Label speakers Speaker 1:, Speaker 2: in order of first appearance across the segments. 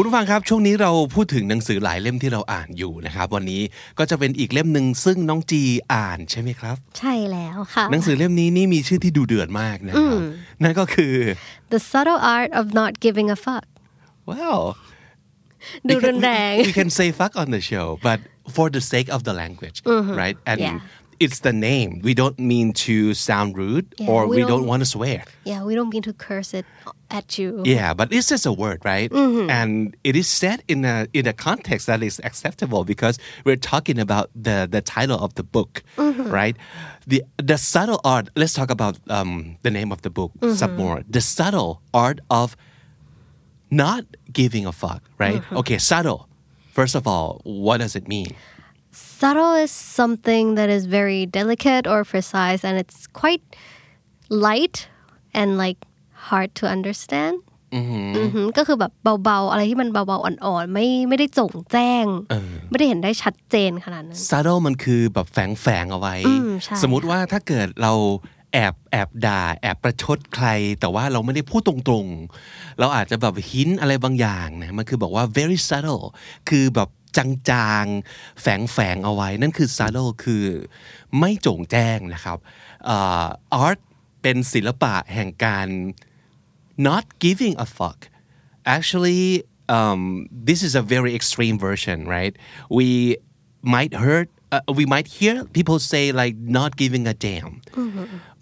Speaker 1: คุณผู้ฟังครับ ช่วงนี้เราพูดถึงหนังสือหลายเล่มที่เราอ่านอยู่นะครับ วันนี้ก็จะเป็นอีกเล่มหนึ่งซึ่งน้องจีอ่านใช่ไหมครับ
Speaker 2: ใช่แล้วค่ะ
Speaker 1: หนังสือเล่มนี้นี่มีชื่อที่ดูเดือดมากนะครับนั่นก็คือ
Speaker 2: The Subtle Art of Not Giving a Fuck
Speaker 1: well
Speaker 2: ดู
Speaker 1: We can-
Speaker 2: รุนแรง
Speaker 1: we, we can say fuck on the show, but for the sake of the language, right? And
Speaker 2: Mm-hmm. Yeah.
Speaker 1: it's the name. We don't mean to sound rude
Speaker 2: Yeah,
Speaker 1: or we,
Speaker 2: we
Speaker 1: don't,
Speaker 2: don't-
Speaker 1: want to swear.
Speaker 2: Yeah we don't mean to curse it at you
Speaker 1: Yeah, but it's just a word, right? And it is said in a in a context that is acceptable because we're talking about the the title of the book, right? The the subtle art. Let's talk about um, the name of the book some more. The subtle art of not giving a fuck, right? Okay, subtle. First of all, what does it mean?
Speaker 2: Subtle is something that is very delicate or precise, and it's quite light and like hard to understand
Speaker 1: Mm-hmm.
Speaker 2: อือหือก็คือแบบเบาๆ อะไรที่มันเบาๆ อ่อนๆ ไม่ไม่ได้จงแจ้ง ไม่ได้เห็นได้ชัดเจนขนาดนั้น
Speaker 1: subtle มันคือแบบแฝงแฝงๆเอาไว้
Speaker 2: อืมใช่
Speaker 1: สมมุติว่าถ้าเกิดเราแอบแอบด่า แอบประชดใคร แต่ว่าเราไม่ได้พูดตรงๆ เราอาจจะแบบหินอะไรบางอย่างนะมันคือบอกว่า very subtle คือแบบจางๆ แฝงแฝงๆเอาไว้ นั่นคือ subtle คือไม่โจ่งแจ้งนะครับเอ่อ art เป็นศิลปะแห่งการ not giving a fuck. Actually, um, this is a very extreme version, right? We might hurt, uh, we might hear people say like not giving a damn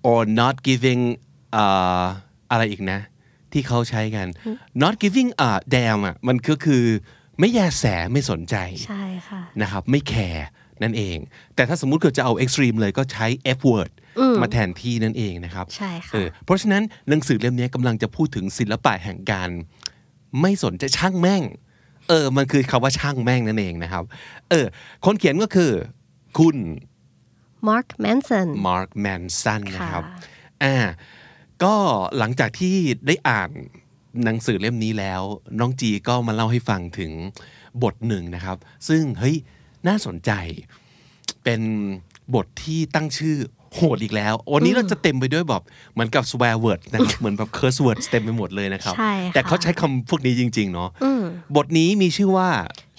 Speaker 1: or not giving uh, อะไรอีกนะที่เขาใช้กัน not giving a damn อ่ะมันก็คือไม่แยแสไม่สนใจ
Speaker 2: ใช่ค่ะ
Speaker 1: นะครับไม่แคร์นั่นเอง แต่ถ้าสมมุติเกิดจะเอาเอ็กซ์ตรีมเลยก็ใช้ F word มาแทนที่นั่นเองนะครับ
Speaker 2: ใช่ค่ะ
Speaker 1: เออเพราะฉะนั้นหนังสือเล่มนี้กำลังจะพูดถึงศิลปะแห่งการ ไม่สนใจช่างแม่ง เออ มันคือคำว่าช่างแม่งนั่นเองนะครับ เออ คนเขียนก็คือ คุณ
Speaker 2: Mark Manson
Speaker 1: มาร์คแมนสันนะครับ
Speaker 2: ค่ะ
Speaker 1: อ่า ก็หลังจากที่ได้อ่านหนังสือเล่มนี้แล้ว น้องจีก็มาเล่าให้ฟังถึงบทหนึ่งนะครับ ซึ่งเฮ้ย น่าสนใจ เป็นบทที่ตั้งชื่อโหดอีกแล้ว วันนี้เราจะเต็มไปด้วยแบบเหมือนกับ swear word นะครับ เหมือนแบบ curse word เต็มไปหมดเลยนะครับ
Speaker 2: ใช่ค่ะ
Speaker 1: แต่เขาใช้คำพวกนี้จริง ๆ เนาะบทนี้มีชื่อว่า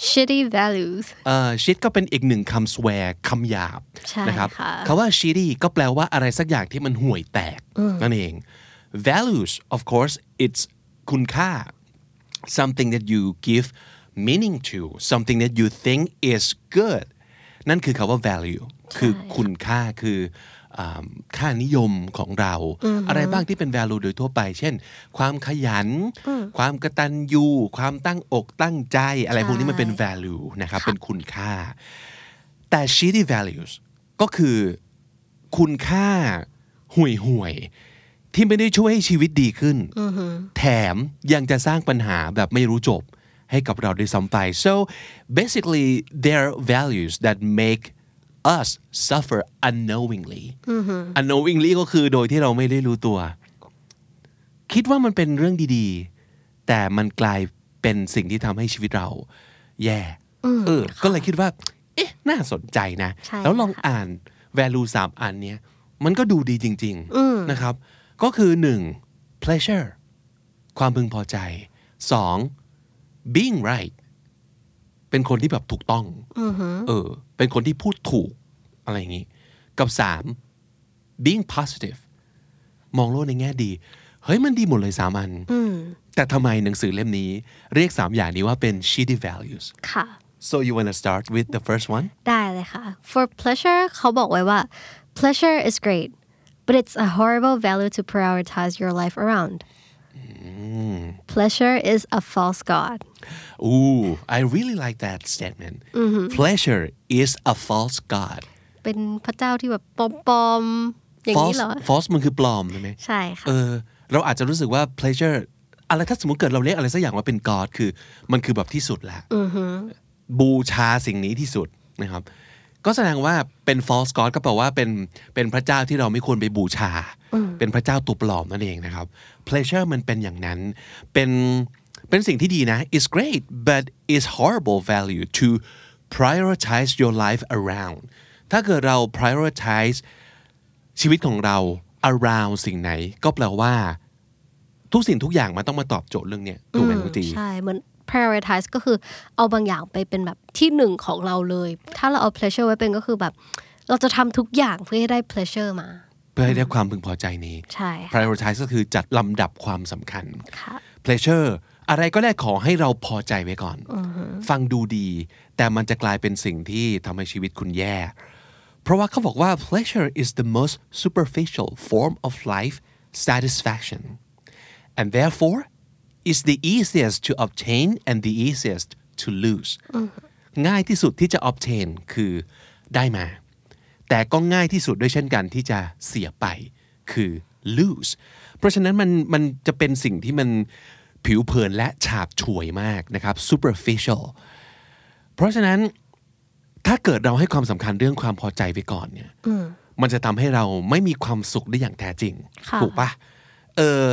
Speaker 2: Shitty values
Speaker 1: เอ่อชิดก็เป็นอีกหนึ่งคำ swear คำหยาบ
Speaker 2: ใช่
Speaker 1: นะครับ
Speaker 2: ค่ะ
Speaker 1: คำว่า shitty ก็แปลว่าอะไรสักอย่างที่มันห่วยแตกนั่นเอง values of course it's คุณค่า something that you give meaning to something that you think is good นั่นคือคำว่า value คือคุณค่าคืออ่าค่านิยมของเรา อะไรบ้างที่เป็น value โดยทั่วไป เช่น ความขยัน ความกระตันยูความตั้งอกตั้งใจอะไรพวกนี้มันเป็น
Speaker 2: ใช่
Speaker 1: value นะครับ เป็นคุณค่า แต่ shitty values ก็คือคุณค่าห่วยห่วยๆที่ไม่ได้ช่วยให้ชีวิตดีขึ้น แถมยังจะสร้างปัญหาแบบไม่รู้จบให้กับเราด้วยซ้ำไป so basically they're values that make us suffer unknowingly unknowingly ก็คือโดยที่เราไม่ได้รู้ตัว คิดว่ามันเป็นเรื่องดีๆ แต่มันกลายเป็นสิ่งที่ทำให้ชีวิตเรา แย่ เออ ก็เลยคิดว่า เอ๊ะ น่าสนใจนะ
Speaker 2: ใช่
Speaker 1: แล้วลอง
Speaker 2: ค่ะ
Speaker 1: อ่าน value สามอันเนี้ย มันก็ดูดีจริง ๆ นะครับ ก็คือหนึ่ง pleasure ความพึงพอใจสอง being right เป็นคนที่แบบถูกต้องเออ เป็นคนที่พูดถูก อะไรอย่างนี้ กับสาม being positive มองโลกในแง่ดี เฮ้ยมันดีหมดเลยสามอัน แต่ทำไมหนังสือเล่มนี้ เรียกสามอย่างนี้ว่าเป็น shitty values
Speaker 2: ค่ะ
Speaker 1: so you wanna start with the first one
Speaker 2: ได้เลยค่ะ for pleasure เขาบอกไว้ว่า pleasure is great but it's a horrible value to prioritize your life around pleasure is a false god
Speaker 1: ooh I really like that statement pleasure is a false god
Speaker 2: เป็นพระเจ้าที่แบบปลอมๆ อย่างนี้
Speaker 1: false
Speaker 2: เหรอ
Speaker 1: false มันคือปลอมใช่ไหม
Speaker 2: ใช่ค่ะ
Speaker 1: เออเราอาจจะรู้สึกว่า pleasure อะไรถ้าสมมติเกิดเราเรียกอะไรสักอย่างว่าเป็น God คือมันคือแบบที่สุดแล้วบูชาสิ่งนี้ที่สุดนะครับ ก็แสดงว่าเป็น false god ก็แปลว่าเป็นเป็นพระเจ้าที่เราไม่ควรไปบูชา เป็นพระเจ้าตัวปลอมนั่นเองนะครับ pleasure มันเป็นอย่างนั้น เป็นเป็นสิ่งที่ดีนะ is great but is horrible value to prioritize your life around ถ้าเกิดเรา prioritize ชีวิตของเรา around สิ่งไหน ก็แปลว่า ทุกสิ่งทุกอย่างมันต้องมาตอบโจทย์เรื่องเนี้ยถูกไหมคุณจี
Speaker 2: ใช่เหมือน prioritize ก็คือเอาบางอย่างไปเป็นแบบที่หนึ่งของเราเลย ถ้าเราเอา pleasure ไว้เป็นก็คือแบบ เราจะทำทุกอย่างเพื่อให้ได้ pleasure มา
Speaker 1: เพื่อให้ได้ความพึงพอใจนี้
Speaker 2: ใช่ค่ะ
Speaker 1: prioritize ก็คือจัดลำดับความสำคัญ
Speaker 2: ค่ะ
Speaker 1: pleasure อะไรก็ได้ขอให้เราพอใจไว้ก่อน ฟังดูดี แต่มันจะกลายเป็นสิ่งที่ทำให้ชีวิตคุณแย่ เพราะว่าเขาบอกว่า pleasure is the most superficial form of life satisfaction and therefore is the easiest to obtain and the easiest to lose ง่ายที่สุดที่จะ obtain คือได้มา แต่ก็ง่ายที่สุดด้วยเช่นกันที่จะเสียไปคือ lose เพราะฉะนั้นมันมันจะเป็นสิ่งที่มันผิวเผินและฉาบฉวยมากนะครับ superficial เพราะฉะนั้นถ้าเกิดเราให้ความสำคัญเรื่องความพอใจไปก่อนเนี่ยมันจะทำให้เราไม่มีความสุขได้อย่างแท้จริง
Speaker 2: ค่ะ
Speaker 1: ถูกปะเออ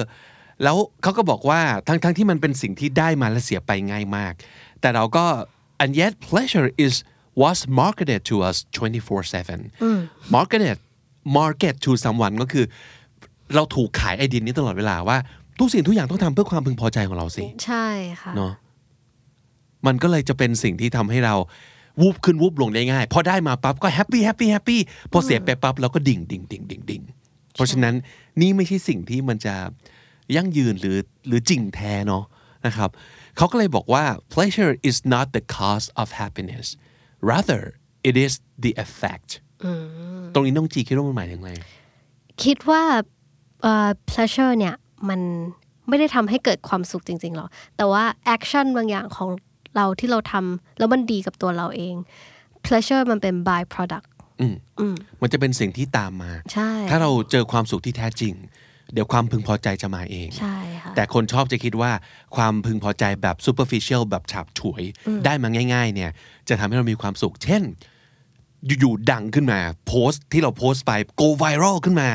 Speaker 1: แล้วเขาก็บอกว่าทั้งทั้งที่มันเป็นสิ่งที่ได้มาและเสียไปง่ายมาก แต่เราก็ and yet pleasure is was marketed to us 24/7 marketed market to someone ก็คือ เราถูกขายไอเดียนี้ตลอดเวลาว่า ทุกสิ่งทุกอย่างต้องทำเพื่อความพึงพอใจของเราสิ
Speaker 2: ใช่ค่ะ
Speaker 1: เนาะมันก็เลยจะเป็นสิ่งที่ทำให้เราวูบขึ้นวูบลงได้ง่ายพอได้มาปั๊บก็แฮปปี้แฮปปี้แฮปปี้พอเสียไปปั๊บเราก็ดิ่งดิ่งดิ่งดิ่งดิ่งเพราะฉะนั้นนี่ไม่ใช่สิ่งที่มันจะยั่งยืนหรือหรือจริงแท้เนาะนะครับเขาก็เลยบอกว่า pleasure is not the cause of happiness rather it is the effect ตรงนี้น้องจีคิดว่ามันหมายถึงอะไร
Speaker 2: คิดว่าเอ่อ pleasure เนี่ยมันไม่ได้ทำให้เกิดความสุขจริงๆหรอก แต่ว่า action บางอย่างของเราที่เราทำแล้วมันดีกับตัวเราเอง pleasure มันเป็น by product
Speaker 1: อืมมันจะเป็นสิ่งที่ตามมา
Speaker 2: ใช่
Speaker 1: ถ้าเราเจอความสุขที่แท้จริง เดี๋ยวความพึงพอใจจะมาเอง
Speaker 2: ใช่ค่ะ
Speaker 1: แต่คนชอบจะคิดว่าความพึงพอใจแบบ superficial แบบฉาบฉวย ได้มาง่าย ๆ เนี่ย จะทำให้เรามีความสุข เช่น อยู่ๆดังขึ้นมาโพสต์ที่เราโพสต์ไป go viral ขึ้นมา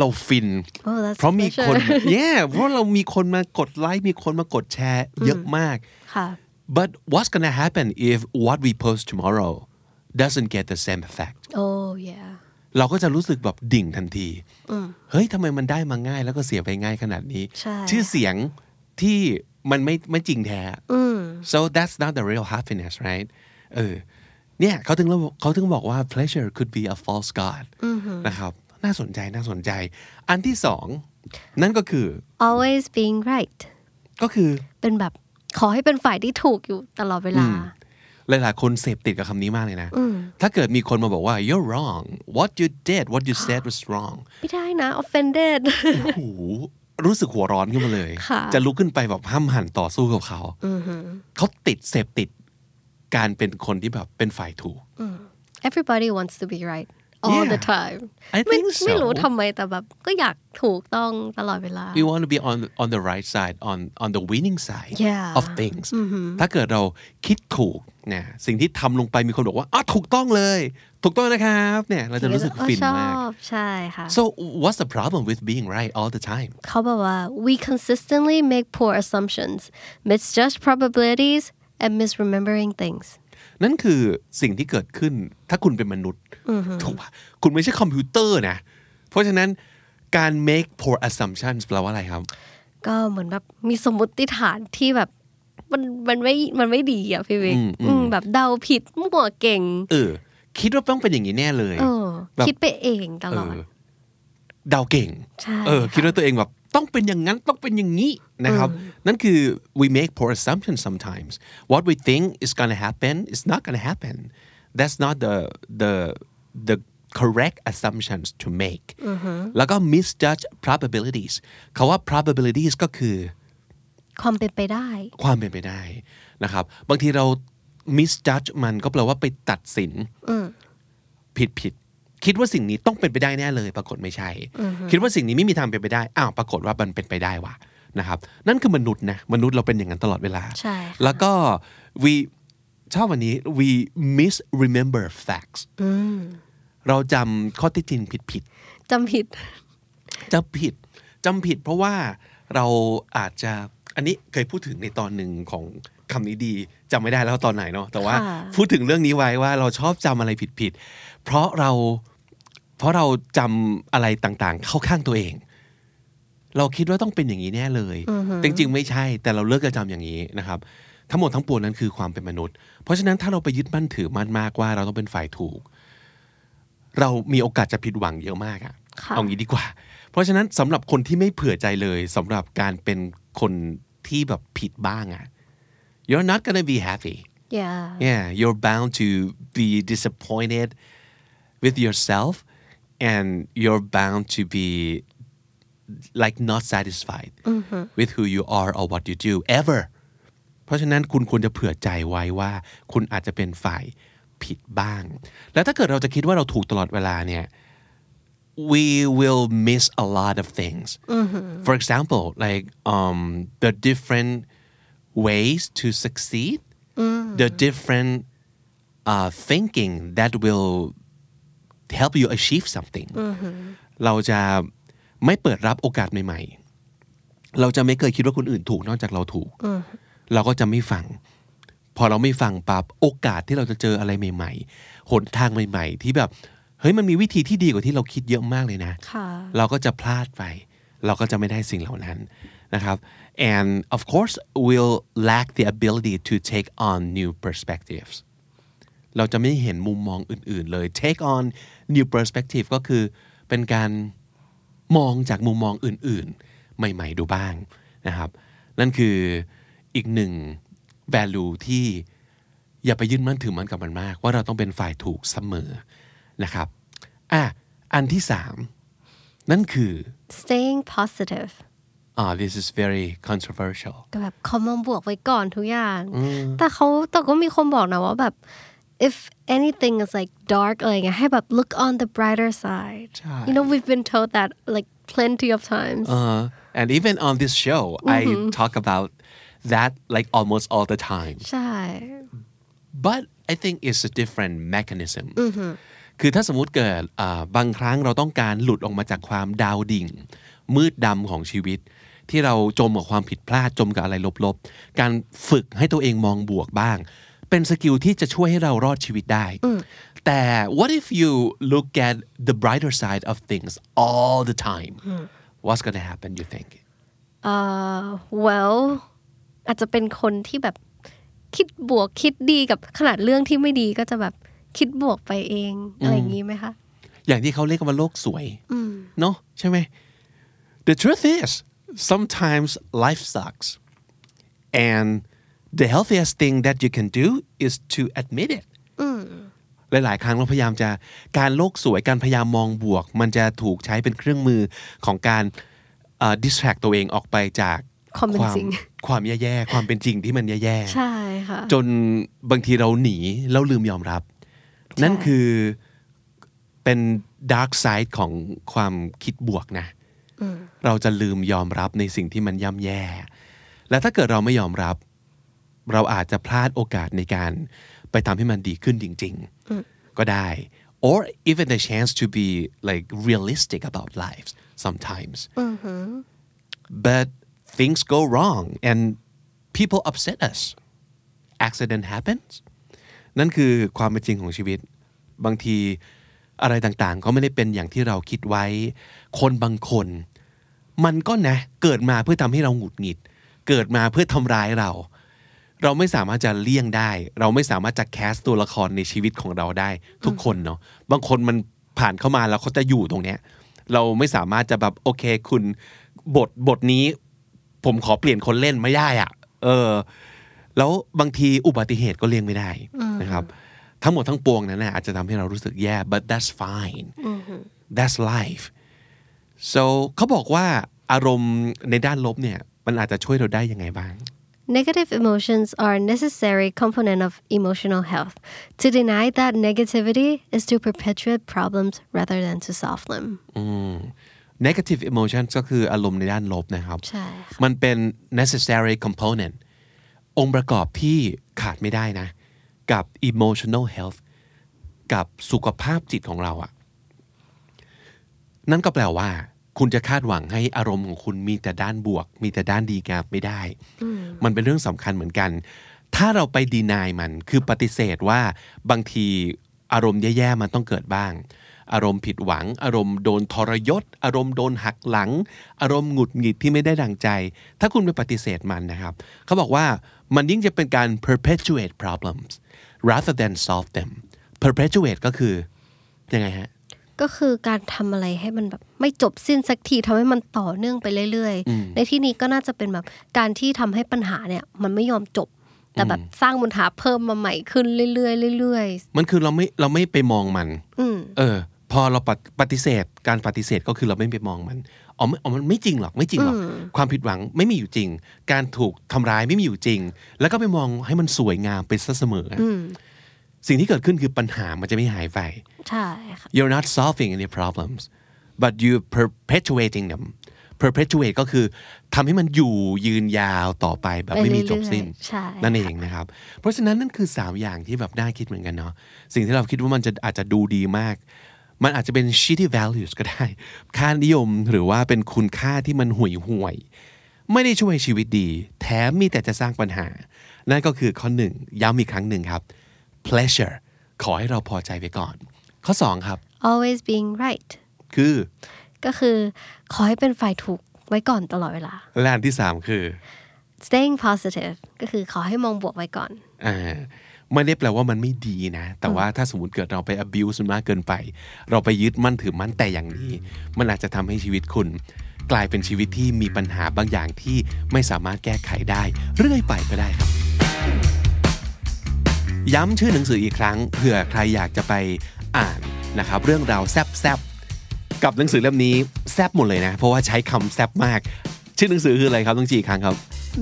Speaker 1: เราฟิน
Speaker 2: Oh, that's
Speaker 1: เพราะมีคน
Speaker 2: pleasure
Speaker 1: แย่เพราะเรามีคนมากดไลค์มีคนมากดแชร์เยอะมาก
Speaker 2: ค่ะ
Speaker 1: but what's gonna happen if what we post tomorrow doesn't get the same effect
Speaker 2: oh yeah
Speaker 1: เราก็จะรู้สึกแบบดิ่งทันที เฮ้ยทำไมมันได้มาง่ายแล้วก็เสียไปง่ายขนาดนี้
Speaker 2: ใช่
Speaker 1: ชื่อเสียงที่มันไม่ไม่จริงแท้ so that's not the real happiness right เออ เนี่ยเขาถึงเขาถึงบอกว่า pleasure could be a false god นะครับ น่าสนใจน่าสนใจ อันที่สอง นั่นก็คือ
Speaker 2: always being right
Speaker 1: ก็คือ
Speaker 2: เป็นแบบขอให้เป็นฝ่ายที่ถูกอยู่ตลอดเวลา
Speaker 1: หลาย ๆ คนเสพติดกับคำนี้มากเลยนะ ถ้าเกิดมีคนมาบอกว่า you're wrong what you did what you said was wrong
Speaker 2: ไม่ได้นะ offended
Speaker 1: โอ้โหรู้สึกหัวร้อนขึ้นมาเลย
Speaker 2: ค่ะ
Speaker 1: จะลุกขึ้นไปแบบห้ามหันต่อสู้กับเขา เขาติดเสพติดการเป็นคนที่แบบเป็นฝ่ายถูก
Speaker 2: everybody wants to be right all
Speaker 1: Yeah.
Speaker 2: the time
Speaker 1: I
Speaker 2: ไม่
Speaker 1: think so
Speaker 2: ไม่รู้ทำไมแต่แบบก็อยากถูกต้องตลอดเวลา
Speaker 1: we want to be on on the right side on on the winning side
Speaker 2: Yeah.
Speaker 1: of things ถ้าเกิดเราคิดถูกเนี่ยสิ่งที่ทำลงไปมีคนบอกว่าอ๋อถูกต้องเลย ถูกต้องนะครับเนี่ยเราจะรู้สึก
Speaker 2: อ๋อ
Speaker 1: ฟิน
Speaker 2: ช
Speaker 1: มาก
Speaker 2: อบใช่ค่ะ
Speaker 1: so what's the problem with being right all the time
Speaker 2: เขาบอกว่า we consistently make poor assumptions misjudge probabilities and misremembering things
Speaker 1: นั่นคือสิ่งที่เกิดขึ้นถ้าคุณเป็นมนุษย์ถูกปะคุณไม่ใช่คอมพิวเตอร์นะ เพราะฉะนั้นการ make poor assumptions แปลว่าอะไรครับ
Speaker 2: ก็เหมือนแบบมีสมมติฐานที่แบบ มันมันไม่มันไม่ดีอ่ะพี่เวกอืมแบบเดาผิดมั่วเก่ง
Speaker 1: เออ คิดว่าต้องเป็นอย่างนี้แน่เลย
Speaker 2: เออ
Speaker 1: แบบ
Speaker 2: คิดไปเองตลอด
Speaker 1: เออเดาเก่ง
Speaker 2: ใช่
Speaker 1: เออ
Speaker 2: ค่ะ
Speaker 1: คิดว่าตัวเองแบบต้องเป็นอย่างนั้นต้องเป็นอย่างนี้นะครับ นั่นคือ we make poor assumptions sometimes what we think is gonna happen is not gonna happen that's not the the the correct assumptions to make แล้วก็ misjudge probabilities คาว่า probabilities ก็คือ
Speaker 2: ความเป็นไปได้
Speaker 1: ความเป็นไปได้นะครับ บางทีเรา misjudge มันก็แปลว่าไปตัดสินผิดผิดคิดว่าสิ่งนี้ต้องเป็นไปได้แน่เลย ปรากฏไม่ใช่ คิดว่าสิ่งนี้ไม่มีทางเป็นไปได้อ้าวปรากฏว่ามันเป็นไปได้ว่ะนะครับ นั่นคือมนุษย์นะมนุษย์เราเป็นอย่างนั้นตลอดเวลา
Speaker 2: ใช่
Speaker 1: แล้วก็ we ชอบวันนี้ we misremember facts เราจำข้อเที่จริงผิดๆ
Speaker 2: จำผิด
Speaker 1: จำผิดจำผิดเพราะว่าเราอาจจะอันนี้เคยพูดถึงในตอนหนึ่งของคำนี้ดีจำไม่ได้แล้วตอนไหนเนาะแต่ว่า
Speaker 2: ค่ะ
Speaker 1: พูดถึงเรื่องนี้ไว้ว่าเราชอบจำอะไรผิดๆเพราะเราเพราะเราจำอะไรต่างๆ เข้าข้างตัวเอง เราคิดว่าต้องเป็นอย่างนี้แน่เลยแต่จริงๆไม่ใช่ แต่เราเลือกจะจำอย่างนี้นะครับ ทั้งหมดทั้งปวงนั้นคือความเป็นมนุษย์ เพราะฉะนั้นถ้าเราไปยึดมั่นถือมั่นมากว่าเราต้องเป็นฝ่ายถูก เรามีโอกาสจะผิดหวังเยอะมากอะ
Speaker 2: ค่ะ
Speaker 1: เอางี้ดีกว่า เพราะฉะนั้นสำหรับคนที่ไม่เผื่อใจเลยสำหรับการเป็นคนที่แบบผิดบ้างอะ you're not gonna be happy
Speaker 2: yeah
Speaker 1: yeah you're bound to be disappointed with yourself and you're bound to be like not satisfied with who you are or what you do ever เพราะฉะนั้นคุณควรจะเผื่อใจไว้ว่า คุณอาจจะเป็นฝ่ายผิดบ้าง แล้วถ้าเกิดเราจะคิดว่าเราถูกตลอดเวลาเนี่ย we will miss a lot of things for example like um the different ways to succeed the different uh, thinking that will help you achieve something เราจะไม่เปิดรับโอกาสใหม่ๆ เราจะไม่เคยคิดว่าคนอื่นถูกนอกจากเราถูก เราก็จะไม่ฟัง พอเราไม่ฟังปับโอกาสที่เราจะเจออะไรใหม่ๆหนทางใหม่ๆ ที่แบบเฮ้ยมันมีวิธีที่ดีกว่าที่เราคิดเยอะมากเลยนะ
Speaker 2: ค่ะ
Speaker 1: เราก็จะพลาดไป เราก็จะไม่ได้สิ่งเหล่านั้นนะครับ and of course we'll lack the ability to take on new perspectives เราจะไม่เห็นมุมมองอื่นๆเลย take on new perspective ก็คือเป็นการมองจากมุมมองอื่นๆ ใหม่ๆ ดูบ้างนะครับ นั่นคืออีกหนึ่ง value ที่อย่าไปยึดมั่นถือมันกับมันมาก ว่าเราต้องเป็นฝ่ายถูกเสมอนะครับอ่ะอันที่สามนั่นคือ
Speaker 2: staying positive
Speaker 1: อ่า this is very controversial
Speaker 2: ก็แบบคอมมองบวกไว้ก่อนทุกอย่าง แต่เขาแต่ก็มีคนบอกนะว่าแบบ if anything is like dark อะไรเงี้ยให้แบบ look on the brighter side
Speaker 1: ใช่
Speaker 2: you know we've been told that like plenty of times
Speaker 1: Uh, and even on this show, I talk about that like almost all the time.
Speaker 2: ใช่
Speaker 1: But I think it's a different mechanism. คือถ้าสมมุติเกิดอ่าบางครั้งเราต้องการหลุดออกมาจากความดาวดิ่ง มืดดำของชีวิต ที่เราจมกับความผิดพลาดจมกับอะไรลบๆ การฝึกให้ตัวเองมองบวกบ้าง เป็นสกิลที่จะช่วยให้เรารอดชีวิตได้ แต่ what if you look at the brighter side of things all the time what's gonna happen you think
Speaker 2: well อาจจะเป็นคนที่แบบคิดบวกคิดดีกับขนาดเรื่องที่ไม่ดีก็จะแบบคิดบวกไปเอง อะไรอย่างนี้ไหมคะ
Speaker 1: อย่างที่เขาเรียกกันว่าโลกสวยเนาะใช่ไหม The truth is sometimes life sucks and the healthiest thing that you can do is to admit it หลาย ๆ ครั้งเราพยายามจะการโลกสวยการพยายามมองบวก มันจะถูกใช้เป็นเครื่องมือของการเอ่อ distract ตัวเองออกไปจาก
Speaker 2: ความเป็นจริง
Speaker 1: ความแย่ ๆ ความเป็นจริงที่มันแย่ ๆ
Speaker 2: ใช่ค่ะ
Speaker 1: จนบางทีเราหนีแล้วลืมยอมรับ นั่นคือเป็นดาร์กไซด์ของความคิดบวกนะ เราจะลืมยอมรับในสิ่งที่มันย่ำแย่ และถ้าเกิดเราไม่ยอมรับ เราอาจจะพลาดโอกาสในการไปทำให้มันดีขึ้นจริง ๆ ก็ได้ or even the chance to be like realistic about life sometimes but things go wrong and people upset us accident happens นั่นคือความเป็นจริงของชีวิต บางทีอะไรต่างๆ ก็ไม่ได้เป็นอย่างที่เราคิดไว้ คนบางคน มันก็นะ เกิดมาเพื่อทำให้เราหงุดหงิด เกิดมาเพื่อทำร้ายเรา เราไม่สามารถจะเลี่ยงได้ เราไม่สามารถจะแคสตัวละครในชีวิตของเราได้ ทุกคนเนาะบางคนมันผ่านเข้ามาแล้วเขาจะอยู่ตรงเนี้ย เราไม่สามารถจะแบบโอเคคุณบทบทนี้ ผมขอเปลี่ยนคนเล่นไม่ได้อะเออ แล้วบางทีอุบัติเหตุก็เลี่ยงไม่ได้นะครับ ทั้งหมดทั้งปวงนั้นนะอาจจะทำให้เรารู้สึกแย่ but that's fine that's life so เขาบอกว่าอารมณ์ในด้านลบเนี่ย มันอาจจะช่วยเราได้ยังไงบ้าง
Speaker 2: Negative emotions are a necessary component of emotional health. To deny that negativity is to perpetuate problems rather than to solve them.
Speaker 1: negative emotion ก็คืออารมณ์ในด้านลบนะครับ
Speaker 2: ใช่ค่ะ
Speaker 1: มันเป็น necessary component องค์ประกอบที่ขาดไม่ได้นะ กับ emotional health กับสุขภาพจิตของเราอะนั่นก็แปลว่า คุณจะคาดหวังให้อารมณ์ของคุณมีแต่ด้านบวก มีแต่ด้านดีงามไม่ได้ มันเป็นเรื่องสำคัญเหมือนกัน ถ้าเราไปดีนายมันคือปฏิเสธว่าบางทีอารมณ์แย่ๆมันต้องเกิดบ้าง อารมณ์ผิดหวัง อารมณ์โดนทรยศ อารมณ์โดนหักหลัง อารมณ์หงุดหงิดที่ไม่ได้ดังใจ ถ้าคุณไปปฏิเสธมันนะครับ เขาบอกว่ามันยิ่งจะเป็นการ perpetuate problems rather than solve them perpetuate ก็คือยังไงฮะ
Speaker 2: ก็คือการทำอะไรให้มันแบบไม่จบสิ้นสักทีทำให้มันต่อเนื่องไปเรื่อยๆ ในที่นี้ก็น่าจะเป็นแบบการที่ทำให้ปัญหาเนี่ย มันไม่ยอมจบ แต่แบบสร้างปัญหาเพิ่มมาใหม่ขึ้นเรื่อยๆเรื่อย
Speaker 1: มันคือเราไม่เราไม่ไปมองมัน
Speaker 2: ๆอืม
Speaker 1: เออ พอเราปฏปฏิเสธการปฏิเสธก็คือเราไม่ไปมองมันอ๋อไม่อ๋อมันไม่จริงหรอกไม่จริงหรอก ความผิดหวังไม่มีอยู่จริง การถูกทำร้ายไม่มีอยู่จริง แล้วก็ไปมองให้มันสวยงามไปซะเสมออะ
Speaker 2: อืม
Speaker 1: สิ่งที่เกิดขึ้นคือปัญหามันจะไม่หายไป
Speaker 2: ใช่ค่ะ
Speaker 1: you're not solving any problems but you perpetuating them perpetuate ก็คือทำให้มันอยู่ยืนยาวต่อไปแบบไม่มีจบสิ้น
Speaker 2: ไปเรื่อยๆใช่
Speaker 1: นั่นเองนะครับ เพราะฉะนั้นนั่นคือ 3 อย่างที่แบบน่าคิดเหมือนกันเนาะสิ่งที่เราคิดว่ามันจะอาจจะดูดีมาก มันอาจจะเป็น shitty values ก็ได้ ค่านิยมหรือว่าเป็นคุณค่าที่มันห่วยห่วยๆไม่ได้ช่วยชีวิตดี แถมมีแต่จะสร้างปัญหา นั่นก็คือข้อหนึ่งย้ำอีกครั้งหนึ่งครับ pleasure ขอให้เราพอใจไปก่อน ข้อสองครับ
Speaker 2: always being right
Speaker 1: คือ
Speaker 2: ก็คือขอให้เป็นฝ่ายถูกไว้ก่อนตลอดเวลา
Speaker 1: และอันที่ 3 คือ
Speaker 2: staying positive ก็คือขอให้มองบวกไว้ก่อน
Speaker 1: อ่าไม่ได้แปลว่ามันไม่ดีนะ แต่ว่าถ้าสมมติเกิดเราไป abuse มันมากเกินไป เราไปยึดมั่นถือมั่นแต่อย่างนี้ มันอาจจะทำให้ชีวิตคุณ กลายเป็นชีวิตที่มีปัญหาบางอย่างที่ไม่สามารถแก้ไขได้ เรื่อยไปก็ได้ครับ ย้ำชื่อหนังสืออีกครั้งเผื่อใครอยากจะไปอ่านนะครับ เรื่องราวแซบๆกับหนังสือเล่มนี้แซบหมดเลยนะ เพราะว่าใช้คำแซบมาก ชื่อหนังสือคืออะไรครับต้องจีอีกครั้งครับ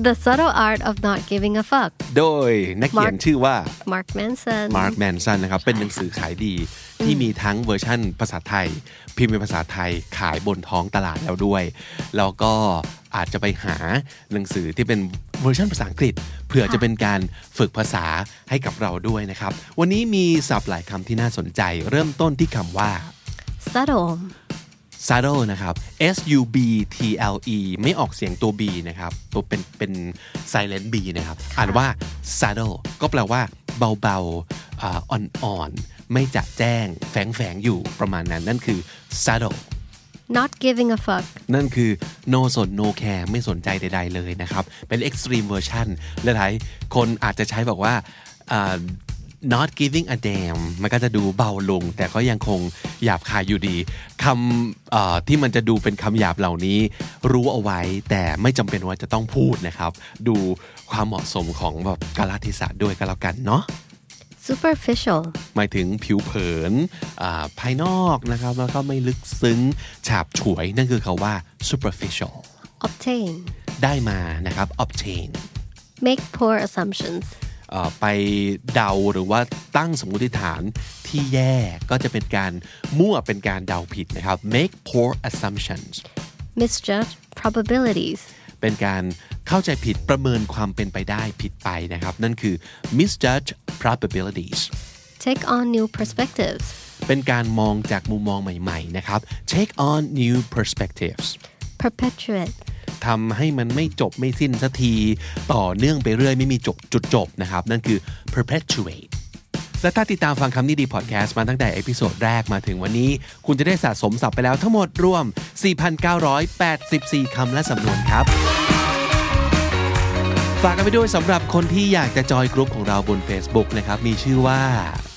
Speaker 2: the subtle art of not giving a fuck
Speaker 1: โดยนักเขียนชื่อว่า
Speaker 2: Mark Manson
Speaker 1: มาร์คแมนสันนะครับ เป็นหนังสือขายดีที่มีทั้งเวอร์ชั่นภาษาไทย พิมพ์เป็นภาษาไทยขายบนท้องตลาดแล้วด้วย แล้วก็อาจจะไปหาหนังสือที่เป็นเวอร์ชันภาษาอังกฤษเผื่อจะเป็นการฝึกภาษาให้กับเราด้วยนะครับ วันนี้มีศัพท์หลายคำที่น่าสนใจ เริ่มต้นที่คำว่า
Speaker 2: subtle
Speaker 1: saddle นะครับ S U B T L E ไม่ออกเสียงตัว B นะครับ ตัวเป็นเป็น silent B นะครับ อ่านว่า saddle ก็แปลว่าเบาๆอ่าอ่อนๆ ไม่จะแจ้งแฝงๆ อยู่ประมาณนั้น นั่นคือ saddle
Speaker 2: not giving a fuck
Speaker 1: นั่นคือ no สน no care ไม่สนใจใดๆเลยนะครับ เป็น extreme version หลายๆคนอาจจะใช้บอกว่าอ่า not giving a damn มันก็จะดูเบาลง แต่ก็ยังคงหยาบคายอยู่ดีคำเอ่อที่มันจะดูเป็นคำหยาบเหล่านี้ รู้เอาไว้แต่ไม่จำเป็นว่าจะต้องพูดนะครับ ดูความเหมาะสมของแบบกาลเทศะด้วยก็แล้วกันเนาะ
Speaker 2: superficial
Speaker 1: หมายถึงผิวเผินอ่าภายนอกนะครับ แล้วก็ไม่ลึกซึ้งฉาบฉวย นั่นคือคาว่า superficial
Speaker 2: obtain
Speaker 1: ได้มานะครับ obtain
Speaker 2: make poor assumptions
Speaker 1: เอ่อไปเดาหรือว่าตั้งสมมติฐานที่แย่ก็จะเป็นการมั่วเป็นการเดาผิดนะครับ make poor assumptions
Speaker 2: misjudge probabilities
Speaker 1: เป็นการเข้าใจผิดประเมินความเป็นไปได้ผิดไปนะครับ นั่นคือ misjudge probabilities
Speaker 2: take on new perspectives
Speaker 1: เป็นการมองจากมุมมองใหม่ๆนะครับ take on new perspectives
Speaker 2: perpetuate
Speaker 1: ทำให้มันไม่จบไม่สิ้นสักที ต่อเนื่องไปเรื่อยไม่มีจบจุดจบนะครับ นั่นคือ perpetuate และถ้าติดตามฟังคำนี้ดีพอดแคสต์มาตั้งแต่เอพิโซดแรกมาถึงวันนี้ คุณจะได้สะสมศัพท์ไปแล้วทั้งหมดรวม 4,984 คำและสำนวนครับ ฝากกันไปด้วยสำหรับคนที่อยากจะจอยกรุ๊ปของเราบน Facebook นะครับ มีชื่อว่า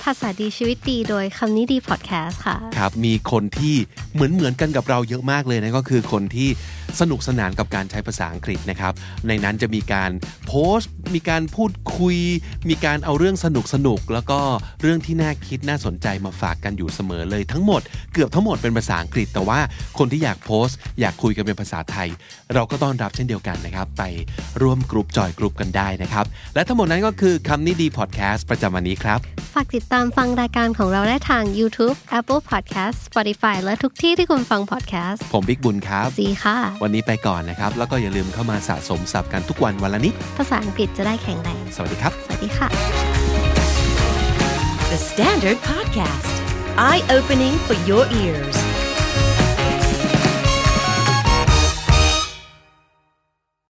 Speaker 2: ภาษาดีชีวิตดีโดยคำนี้ดีพอดแคสต์ค่ะ
Speaker 1: ครับมีคนที่เหมือนเหมือนกันกับเราเยอะมากเลยนะก็คือคนที่สนุกสนานกับการใช้ภาษาอังกฤษนะครับ ในนั้นจะมีการโพสต์ มีการพูดคุย มีการเอาเรื่องสนุกสนุกๆแล้วก็เรื่องที่น่าคิดน่าสนใจมาฝากกันอยู่เสมอเลย ทั้งหมดเกือบทั้งหมดเป็นภาษาอังกฤษ แต่ว่าคนที่อยากโพสต์ อยากคุยกันเป็นภาษาไทย เราก็ต้อนรับเช่นเดียวกันนะครับ ไปร่วมกลุ่มจอยกลุ่มกันได้นะครับ และทั้งหมดนั้นก็คือคำนี้ดีพอดแคสต์ประจำวันนี้ครับ
Speaker 2: ฝากติดตามฟังรายการของเราได้ทาง YouTube Apple Podcast Spotify และทุกที่ที่คุณฟัง podcast
Speaker 1: ผมบิ๊กบุญครับ
Speaker 2: ดีค่ะ
Speaker 1: วันนี้ไปก่อนนะครับ แล้วก็อย่าลืมเข้ามาสะสมศัพท์กันทุกวันวันละนิด
Speaker 2: ภาษาอังกฤษจะได้แข็งแรง
Speaker 1: สวัสดีครับ
Speaker 2: สวัสดีค่ะ
Speaker 3: The Standard Podcast, eye opening for your ears.